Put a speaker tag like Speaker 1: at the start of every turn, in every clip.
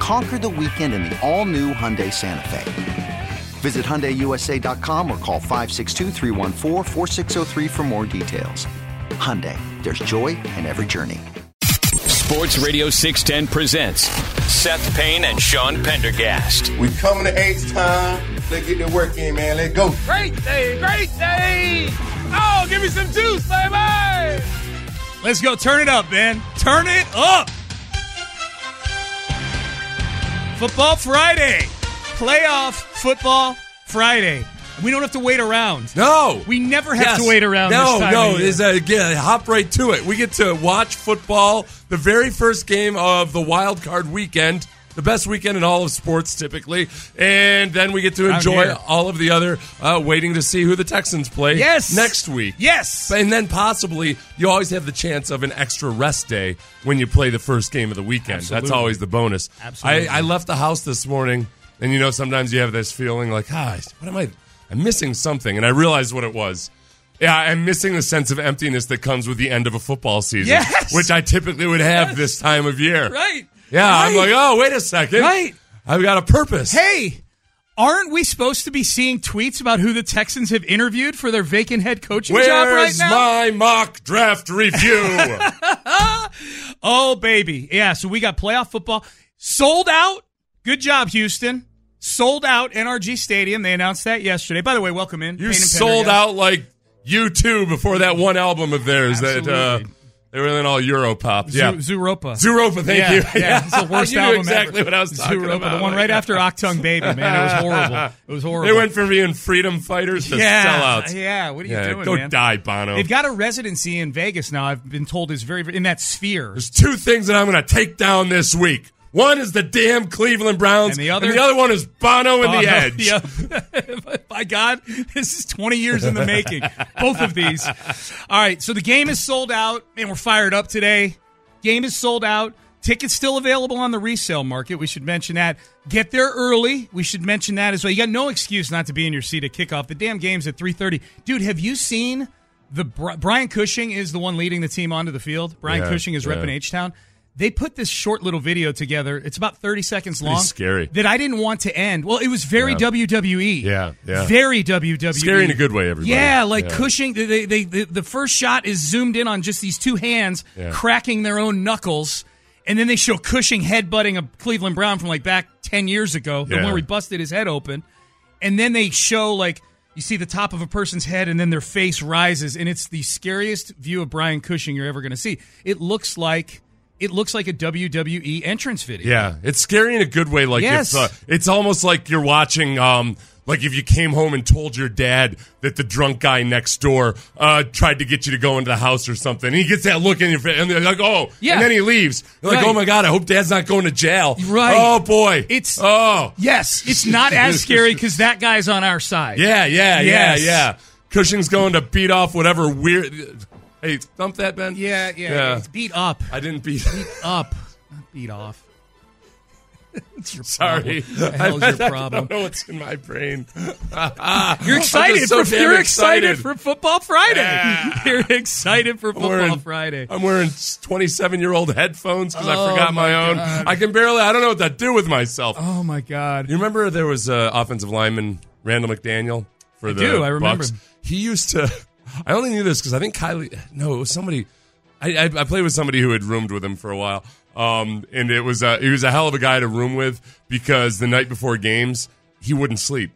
Speaker 1: Conquer the weekend in the all new Hyundai Santa Fe. Visit HyundaiUSA.com or call 562-314-4603 for more details. Hyundai, there's joy in every journey.
Speaker 2: Sports Radio 610 presents Seth Payne and Sean Pendergast.
Speaker 3: We coming to eighth time. Let's get the work in, man. Let's go.
Speaker 4: Great day, great day. Oh, give me some juice, baby.
Speaker 5: Let's go. Turn it up, man. Turn it up. Football Friday. Playoff Football Friday. We don't have to wait around.
Speaker 6: No,
Speaker 5: we never have yes. to wait around.
Speaker 6: No,
Speaker 5: no,
Speaker 6: is again hop right to it. We get to watch football, the very first game of the wild card weekend, the best weekend in all of sports typically, and then we get to enjoy all of the other uh, waiting to see who the Texans play.
Speaker 5: Yes.
Speaker 6: next week.
Speaker 5: Yes,
Speaker 6: and then possibly you always have the chance of an extra rest day when you play the first game of the weekend. Absolutely. That's always the bonus.
Speaker 5: Absolutely.
Speaker 6: I, I left the house this morning, and you know sometimes you have this feeling like, ah, what am I? I'm missing something. And I realized what it was. Yeah, I'm missing the sense of emptiness that comes with the end of a football season,
Speaker 5: yes!
Speaker 6: which I typically would have yes! this time of year.
Speaker 5: Right.
Speaker 6: Yeah,
Speaker 5: right.
Speaker 6: I'm like, oh, wait a second.
Speaker 5: Right.
Speaker 6: I've got a purpose.
Speaker 5: Hey, aren't we supposed to be seeing tweets about who the Texans have interviewed for their vacant head coaching
Speaker 6: Where's
Speaker 5: job right now?
Speaker 6: my mock draft review?
Speaker 5: oh, baby. Yeah, so we got playoff football. Sold out. Good job, Houston sold out NRG Stadium. They announced that yesterday. By the way, welcome in.
Speaker 6: You sold out like you two before that one album of theirs Absolutely. that uh, they were in all Europop.
Speaker 5: Z-
Speaker 6: yeah,
Speaker 5: Zuropa.
Speaker 6: Zuropa. Thank
Speaker 5: yeah,
Speaker 6: you.
Speaker 5: Yeah, yeah. it's the worst
Speaker 6: you
Speaker 5: album
Speaker 6: knew exactly
Speaker 5: ever.
Speaker 6: what I was talking
Speaker 5: Zuropa,
Speaker 6: about.
Speaker 5: The one right after Octung Baby, man. It was horrible. It was horrible.
Speaker 6: They went from being freedom fighters to
Speaker 5: yeah,
Speaker 6: sellouts.
Speaker 5: Yeah. What are you
Speaker 6: yeah,
Speaker 5: doing,
Speaker 6: Go
Speaker 5: man?
Speaker 6: die, Bono.
Speaker 5: They've got a residency in Vegas now. I've been told is very in that sphere.
Speaker 6: There's two things that I'm going to take down this week. One is the damn Cleveland Browns,
Speaker 5: and the other,
Speaker 6: and the other one is Bono and
Speaker 5: Bono,
Speaker 6: the Edge.
Speaker 5: Yeah. By God, this is 20 years in the making. Both of these. All right, so the game is sold out, and we're fired up today. Game is sold out. Tickets still available on the resale market. We should mention that. Get there early. We should mention that as well. You got no excuse not to be in your seat at kickoff. The damn game's at 3:30. Dude, have you seen the Brian Cushing is the one leading the team onto the field. Brian
Speaker 6: Yeah,
Speaker 5: Cushing is
Speaker 6: yeah.
Speaker 5: repping H Town they put this short little video together. It's about 30 seconds
Speaker 6: Pretty
Speaker 5: long.
Speaker 6: scary.
Speaker 5: That I didn't want to end. Well, it was very
Speaker 6: Yeah.
Speaker 5: WWE.
Speaker 6: Yeah, yeah.
Speaker 5: Very WWE.
Speaker 6: Scary in a good way, everybody.
Speaker 5: Yeah, like
Speaker 6: Yeah.
Speaker 5: Cushing. They, they, they, the- the first shot is zoomed in on just these two hands
Speaker 6: Yeah.
Speaker 5: cracking their own knuckles. And then they show Cushing headbutting a Cleveland Brown from like back 10 years ago, the
Speaker 6: Yeah.
Speaker 5: one where he busted his head open. And then they show like you see the top of a person's head and then their face rises and it's the scariest view of Brian Cushing you're ever going to see. It looks like it looks like a WWE entrance video.
Speaker 6: Yeah, it's scary in a good way. Like
Speaker 5: Yes.
Speaker 6: if, uh, it's almost like you're watching. Um, like if you came home and told your dad that the drunk guy next door uh, tried to get you to go into the house or something, and he gets that look in your face, and they're like, "Oh,"
Speaker 5: Yeah.
Speaker 6: and then he leaves. You're like,
Speaker 5: Right.
Speaker 6: "Oh my god, I hope Dad's not going to jail."
Speaker 5: Right.
Speaker 6: Oh boy.
Speaker 5: It's-
Speaker 6: oh
Speaker 5: Yes, it's not as scary cuz that guy's on our side.
Speaker 6: yeah yeah
Speaker 5: Yes.
Speaker 6: yeah yeah. Cushing's going to beat off whatever weird. Hey, thump that, Ben.
Speaker 5: Yeah, yeah.
Speaker 6: Yeah.
Speaker 5: It's beat up.
Speaker 6: I didn't beat.
Speaker 5: Up. Not beat off. It's your Problem.
Speaker 6: Sorry,
Speaker 5: The hell is your
Speaker 6: I
Speaker 5: problem?
Speaker 6: don't know what's in my brain.
Speaker 5: You're excited.
Speaker 6: just so
Speaker 5: for,
Speaker 6: damn
Speaker 5: you're
Speaker 6: excited.
Speaker 5: excited for Football Friday.
Speaker 6: Yeah.
Speaker 5: You're excited for
Speaker 6: I'm
Speaker 5: Football
Speaker 6: wearing-
Speaker 5: Friday.
Speaker 6: I'm wearing 27 year old headphones because
Speaker 5: Oh,
Speaker 6: I forgot my,
Speaker 5: my
Speaker 6: own.
Speaker 5: God.
Speaker 6: I can barely. I don't know what to do with myself.
Speaker 5: Oh my God!
Speaker 6: You remember there was uh, offensive lineman Randall McDaniel for the
Speaker 5: do, I remember
Speaker 6: Bucks?
Speaker 5: him.
Speaker 6: He used to. I only knew this because I think Kylie. No, it was somebody. I, I, I played with somebody who had roomed with him for a while, um, and it was uh, he was a hell of a guy to room with because the night before games he wouldn't sleep.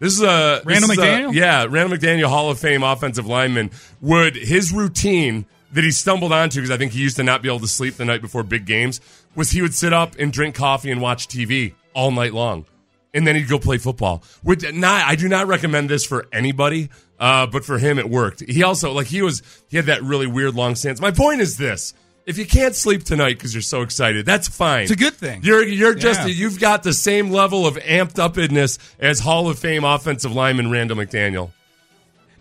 Speaker 6: This is a this
Speaker 5: Randall
Speaker 6: is a-
Speaker 5: McDaniel?
Speaker 6: yeah, Randall McDaniel, Hall of Fame offensive lineman. Would his routine that he stumbled onto because I think he used to not be able to sleep the night before big games was he would sit up and drink coffee and watch TV all night long, and then he'd go play football. Would not I do not recommend this for anybody, uh, but for him it worked. He also like he was he had that really weird long stance. My point is this. If you can't sleep tonight because you're so excited, that's fine.
Speaker 5: It's a good thing.
Speaker 6: You're you're just
Speaker 5: Yeah.
Speaker 6: you've got the same level of amped upness as Hall of Fame offensive lineman Randall McDaniel.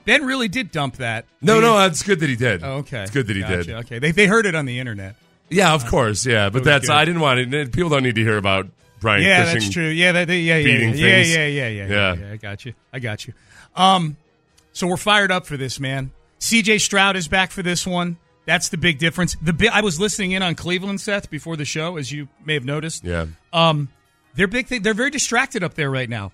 Speaker 5: Ben really did dump that.
Speaker 6: No,
Speaker 5: He-
Speaker 6: no, it's good that he did.
Speaker 5: Oh, okay.
Speaker 6: it's good that he
Speaker 5: Gotcha.
Speaker 6: did.
Speaker 5: Okay. They, they heard it on the internet.
Speaker 6: Yeah, of course, yeah, but
Speaker 5: was
Speaker 6: that's
Speaker 5: good.
Speaker 6: I didn't want it. People don't need to hear about Brian.
Speaker 5: yeah,
Speaker 6: Cushing.
Speaker 5: that's true. Yeah, that, yeah, yeah, yeah,
Speaker 6: beating
Speaker 5: yeah,
Speaker 6: things.
Speaker 5: yeah, yeah, yeah, yeah,
Speaker 6: Yeah.
Speaker 5: yeah. I got you. I got you. Um, so we're fired up for this, man. C.J. Stroud is back for this one. That's the big difference. The bi- I was listening in on Cleveland, Seth, before the show, as you may have noticed.
Speaker 6: Yeah,
Speaker 5: Um, their big thing. They're very distracted up there right now.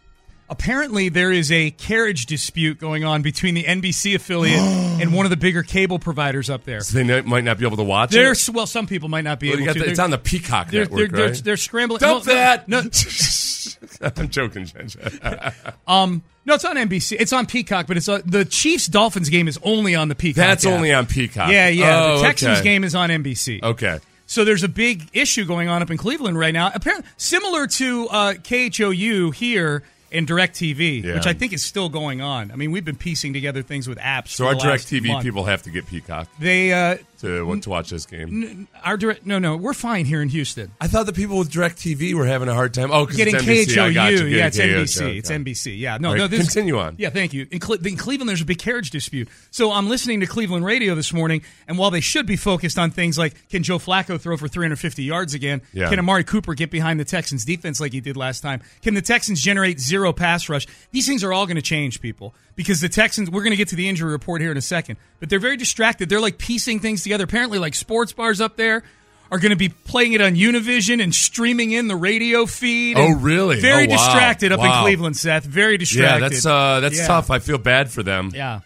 Speaker 5: Apparently, there is a carriage dispute going on between the NBC affiliate and one of the bigger cable providers up there.
Speaker 6: so they n- might not be able to watch it.
Speaker 5: There's well, some people might not be
Speaker 6: Well, you
Speaker 5: able
Speaker 6: got
Speaker 5: to.
Speaker 6: the- it's
Speaker 5: They're-
Speaker 6: on the Peacock
Speaker 5: they're,
Speaker 6: network,
Speaker 5: they're,
Speaker 6: right?
Speaker 5: they're, they're scrambling.
Speaker 6: Dump
Speaker 5: No, no,
Speaker 6: that.
Speaker 5: No,
Speaker 6: I'm joking, Jen.
Speaker 5: No, it's on NBC. It's on Peacock, but it's on, the Chiefs Dolphins game is only on the Peacock.
Speaker 6: That's
Speaker 5: app.
Speaker 6: only on Peacock.
Speaker 5: Yeah, yeah.
Speaker 6: Oh,
Speaker 5: the Texans
Speaker 6: okay. Oh.
Speaker 5: game is on NBC.
Speaker 6: Okay.
Speaker 5: So there's a big issue going on up in Cleveland right now. Apparently, similar to uh, KHOU here and DirecTV,
Speaker 6: Yeah.
Speaker 5: which I think is still going on. I mean, we've been piecing together things with apps.
Speaker 6: So
Speaker 5: for
Speaker 6: our
Speaker 5: the last
Speaker 6: DirecTV
Speaker 5: month.
Speaker 6: people have to get Peacock
Speaker 5: they uh,
Speaker 6: to want to watch this game.
Speaker 5: our direct. No, no, we're fine here in Houston.
Speaker 6: I thought the people with DirecTV were having a hard time. Oh, because
Speaker 5: Getting
Speaker 6: it's NBC. I
Speaker 5: KHOU,
Speaker 6: got you. Getting
Speaker 5: yeah, it's
Speaker 6: KHOU.
Speaker 5: NBC,
Speaker 6: Okay.
Speaker 5: it's NBC, yeah. No,
Speaker 6: All right,
Speaker 5: no, this,
Speaker 6: continue on.
Speaker 5: Yeah, thank you. In, Cle- in Cleveland, there's a big carriage dispute. So I'm listening to Cleveland radio this morning, and while they should be focused on things like can Joe Flacco throw for 350 yards again?
Speaker 6: Yeah.
Speaker 5: Can Amari Cooper get behind the Texans defense like he did last time? Can the Texans generate zero pass rush? These things are all going to change, people, because the Texans. We're going to get to the injury report here in a second, but they're very distracted. They're like piecing things together. Apparently, like sports bars up there. Are going to be playing it on Univision and streaming in the radio feed.
Speaker 6: Oh,
Speaker 5: and
Speaker 6: really?
Speaker 5: Very
Speaker 6: Oh, wow.
Speaker 5: distracted up
Speaker 6: Wow.
Speaker 5: in Cleveland, Seth. Very
Speaker 6: Yeah,
Speaker 5: distracted.
Speaker 6: that's Hmm. uh, that's
Speaker 5: Yeah.
Speaker 6: tough. I feel bad for them.
Speaker 5: Yeah.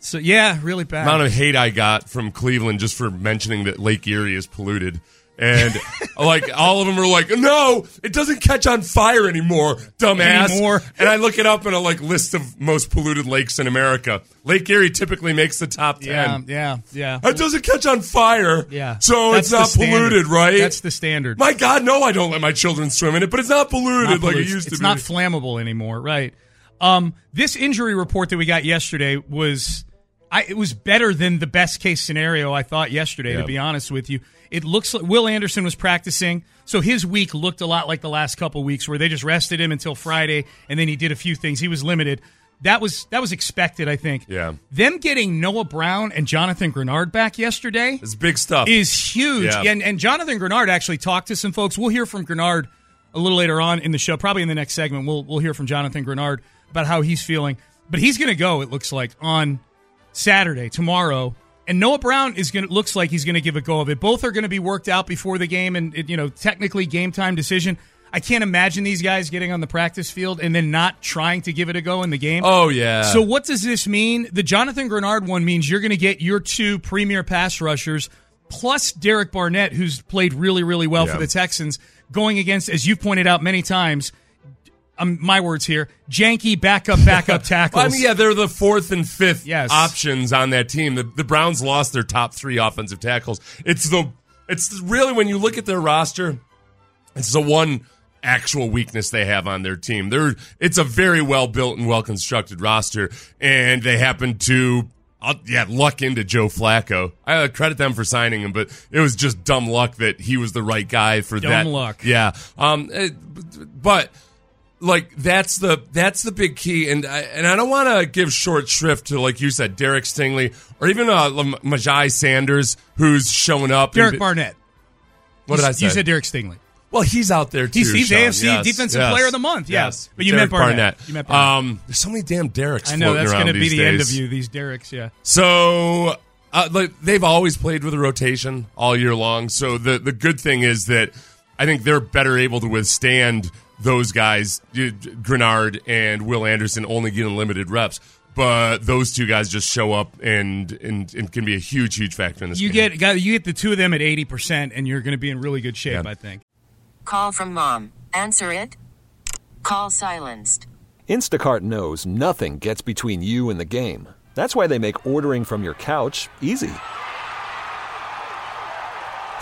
Speaker 5: So yeah, really bad.
Speaker 6: amount of hate I got from Cleveland just for mentioning that Lake Erie is polluted. And like all of them are like, no, it doesn't catch on fire anymore, dumbass.
Speaker 5: Anymore.
Speaker 6: And I look it up in a like list of most polluted lakes in America. Lake Erie typically makes the top ten.
Speaker 5: yeah, yeah, yeah.
Speaker 6: It doesn't catch on fire,
Speaker 5: Yeah.
Speaker 6: So
Speaker 5: That's the
Speaker 6: it's not
Speaker 5: standard.
Speaker 6: polluted, right?
Speaker 5: That's the standard.
Speaker 6: My God, no! I don't let my children swim in it, but it's not polluted
Speaker 5: Not
Speaker 6: like
Speaker 5: polluted.
Speaker 6: it used to
Speaker 5: it's
Speaker 6: be.
Speaker 5: not flammable anymore, right? Um, this injury report that we got yesterday was, I it was better than the best case scenario I thought yesterday.
Speaker 6: Yeah.
Speaker 5: To be honest with you, it looks like Will Anderson was practicing, so his week looked a lot like the last couple weeks where they just rested him until Friday, and then he did a few things. He was limited. That was that was expected, I think.
Speaker 6: Yeah.
Speaker 5: Them getting Noah Brown and Jonathan Grenard back yesterday
Speaker 6: it's big stuff.
Speaker 5: is huge.
Speaker 6: Yeah.
Speaker 5: And and Jonathan Grenard actually talked to some folks. We'll hear from Grenard a little later on in the show, probably in the next segment. We'll we'll hear from Jonathan Grenard about how he's feeling. But he's going to go. It looks like on Saturday tomorrow. And Noah Brown is going to looks like he's going to give a go of it. Both are going to be worked out before the game, and it, you know technically game time decision. I can't imagine these guys getting on the practice field and then not trying to give it a go in the game.
Speaker 6: oh yeah.
Speaker 5: So what does this mean? The Jonathan Grenard one means you're going to get your two premier pass rushers plus Derek Barnett, who's played really, really well
Speaker 6: Yeah.
Speaker 5: for the Texans, going against, as you've pointed out many times, um, my words here, janky backup, backup tackles.
Speaker 6: Well, I mean, yeah, they're the fourth and fifth
Speaker 5: Yes.
Speaker 6: options on that team. The, the Browns lost their top three offensive tackles. It's the it's really when you look at their roster, it's the one actual weakness they have on their team. They're it's a very well built and well constructed roster, and they happen to. uh yeah, luck into Joe Flacco. I uh, credit them for signing him, but it was just dumb luck that he was the right guy for
Speaker 5: Dumb
Speaker 6: that.
Speaker 5: luck.
Speaker 6: Yeah. Um. it- but like that's the that's the big key, and I, and I don't want to give short shrift to like you said, Derek Stingley or even uh, Lam- Majai Sanders, who's showing up.
Speaker 5: Derek
Speaker 6: And-
Speaker 5: Barnett.
Speaker 6: what did I
Speaker 5: You-
Speaker 6: say?
Speaker 5: You said Derek Stingley.
Speaker 6: well, he's out there too.
Speaker 5: He's- he's
Speaker 6: Sean.
Speaker 5: AFC
Speaker 6: Yes,
Speaker 5: Defensive
Speaker 6: yes,
Speaker 5: Player of the Month, yeah.
Speaker 6: yes.
Speaker 5: But you
Speaker 6: Derek
Speaker 5: meant Barnett. You meant Barnett.
Speaker 6: Um, there's so many damn Derek's.
Speaker 5: I know
Speaker 6: floating
Speaker 5: that's
Speaker 6: around
Speaker 5: going to be
Speaker 6: these
Speaker 5: the end of
Speaker 6: days.
Speaker 5: you, these Derek's, yeah.
Speaker 6: So uh, like, they've always played with a rotation all year long. So the the good thing is that I think they're better able to withstand those guys, you- Grenard and Will Anderson, only getting limited reps. But those two guys just show up and and, and can be a huge huge factor in this.
Speaker 5: You
Speaker 6: game.
Speaker 5: get guy- you get the two of them at 80%, and you're going to be in really good shape,
Speaker 6: Yeah.
Speaker 5: I think.
Speaker 7: Call from mom. Answer it. Call silenced.
Speaker 8: Instacart knows nothing gets between you and the game. That's why they make ordering from your couch easy.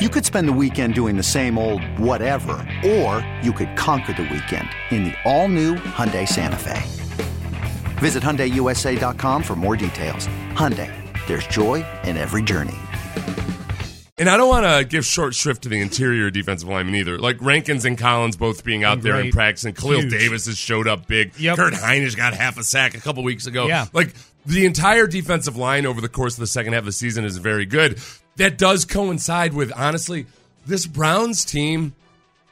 Speaker 1: You could spend the weekend doing the same old whatever, or you could conquer the weekend in the all-new Hyundai Santa Fe. Visit HyundaiUSA.com for more details. Hyundai, there's joy in every journey.
Speaker 6: And I don't want to give short shrift to the interior defensive lineman either. Like Rankins and Collins both being out there in
Speaker 5: Right.
Speaker 6: practice, and Khalil
Speaker 5: Huge.
Speaker 6: Davis has showed up big.
Speaker 5: Yep.
Speaker 6: Kurt Heinisch got half a sack a couple weeks ago.
Speaker 5: Yeah.
Speaker 6: Like the entire defensive line over the course of the second half of the season is very good. That does coincide with, honestly, this Browns team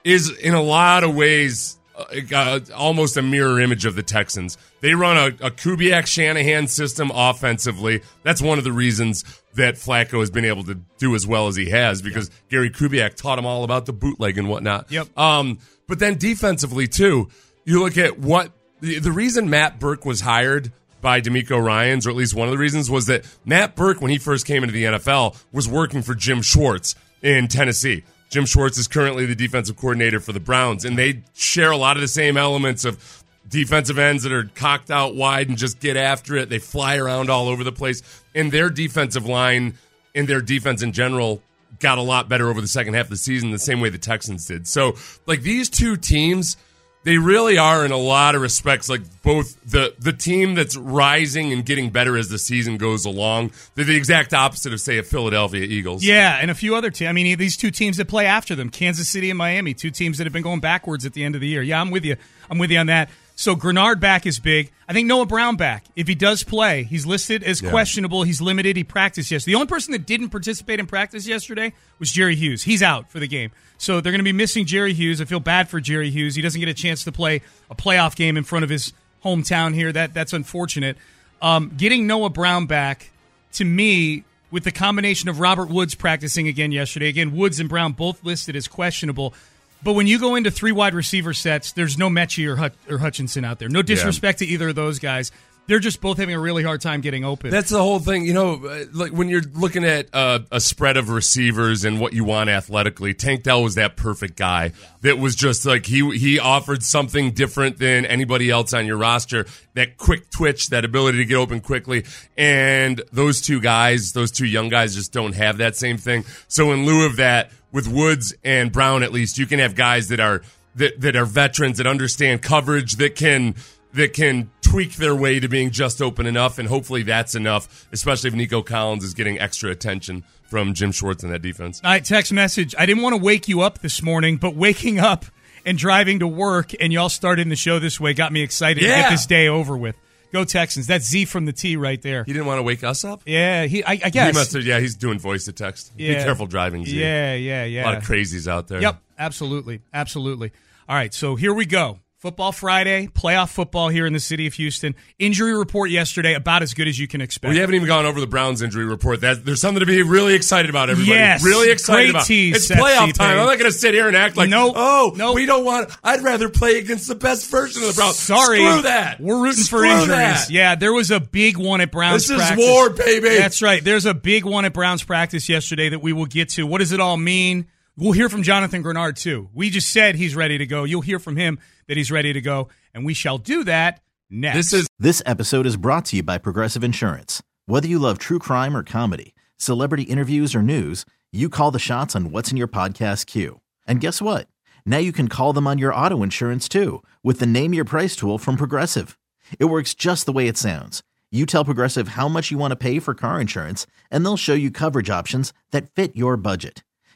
Speaker 6: is in a lot of ways uh, uh, almost a mirror image of the Texans. They run a, a Kubiak Shanahan system offensively. That's one of the reasons that Flacco has been able to do as well as he has because Gary Kubiak taught him all about the bootleg and whatnot.
Speaker 5: Yep.
Speaker 6: Um, but then defensively too, you look at what the, the reason Matt Burke was hired by D'Amico Ryan's, or at least one of the reasons, was that Matt Burke, when he first came into the NFL, was working for Jim Schwartz in Tennessee. Jim Schwartz is currently the defensive coordinator for the Browns, and they share a lot of the same elements of defensive ends that are cocked out wide and just get after it. They fly around all over the place, and their defensive line and their defense in general got a lot better over the second half of the season, the same way the Texans did. So, like these two teams, they really are in a lot of respects like both the the team that's rising and getting better as the season goes along. They're the exact opposite of say a Philadelphia Eagles.
Speaker 5: Yeah, and a few other teams. I mean, these two teams that play after them, Kansas City and Miami, two teams that have been going backwards at the end of the year. Yeah, I'm with you. I'm with you on that. So Grenard back is big. I think Noah Brown back. If he does play, he's listed as questionable. He's limited. He practiced yesterday. The only person that didn't participate in practice yesterday was Jerry Hughes. He's out for the game. So they're going to be missing Jerry Hughes. I feel bad for Jerry Hughes. He doesn't get a chance to play a playoff game in front of his hometown here. That that's unfortunate. Um, getting Noah Brown back to me, with the combination of Robert Woods practicing again yesterday, again, Woods and Brown both listed as questionable. But when you go into three wide receiver sets, there's no Mechie or, Hut- or Hutchinson out there. No disrespect to either of those guys. They're just both having a really hard time getting open.
Speaker 6: That's the whole thing, you know. uh, Like when you're looking at uh, a spread of receivers and what you want athletically, Tank Dell was that perfect guy that was just like he he offered something different than anybody else on your roster. That quick twitch, that ability to get open quickly, and those two guys, those two young guys, just don't have that same thing. So in lieu of that, with Woods and Brown, at least you can have guys that are that that are veterans that understand coverage that can that can tweak their way to being just open enough, and hopefully that's enough, especially if Nico Collins is getting extra attention from Jim Schwartz in that defense.
Speaker 5: I text message. I didn't want to wake you up this morning, but waking up and driving to work and y'all starting the show this way got me excited to
Speaker 6: Yeah.
Speaker 5: get this day over with. Go Texans. That's Z from the T right there.
Speaker 6: He didn't want to wake us up.
Speaker 5: Yeah, he. I, I
Speaker 6: He
Speaker 5: guess.
Speaker 6: must have. Yeah, he's doing voice to text. Be
Speaker 5: Yeah.
Speaker 6: careful driving. Z.
Speaker 5: yeah, yeah, yeah.
Speaker 6: a lot of crazies out there.
Speaker 5: Yep, absolutely, absolutely. All right, so here we go. Football Friday, playoff football here in the city of Houston. Injury report yesterday, about as good as you can expect.
Speaker 6: We haven't even gone over the Browns injury report. That there's something to be really excited about, everybody.
Speaker 5: Yes.
Speaker 6: really excited
Speaker 5: Great
Speaker 6: about.
Speaker 5: tease,
Speaker 6: it's
Speaker 5: Seth
Speaker 6: playoff
Speaker 5: Seapain.
Speaker 6: time. I'm not going to sit here and act like,
Speaker 5: Nope.
Speaker 6: oh, no,
Speaker 5: Nope.
Speaker 6: we don't want. I'd rather play against the best version of the Browns.
Speaker 5: Sorry,
Speaker 6: screw that.
Speaker 5: We're rooting for
Speaker 6: Screw
Speaker 5: injuries.
Speaker 6: that.
Speaker 5: Yeah, there was a big one at Browns.
Speaker 6: This is
Speaker 5: practice.
Speaker 6: war, baby.
Speaker 5: That's right. There's a big one at Browns practice yesterday that we will get to. What does it all mean? We'll hear from Jonathan Grenard too. We just said he's ready to go. You'll hear from him that he's ready to go, and we shall do that next.
Speaker 6: This is
Speaker 9: This episode is brought to you by Progressive Insurance. Whether you love true crime or comedy, celebrity interviews or news, you call the shots on what's in your podcast queue. And guess what? Now you can call them on your auto insurance too with the Name Your Price tool from Progressive. It works just the way it sounds. You tell Progressive how much you want to pay for car insurance, and they'll show you coverage options that fit your budget.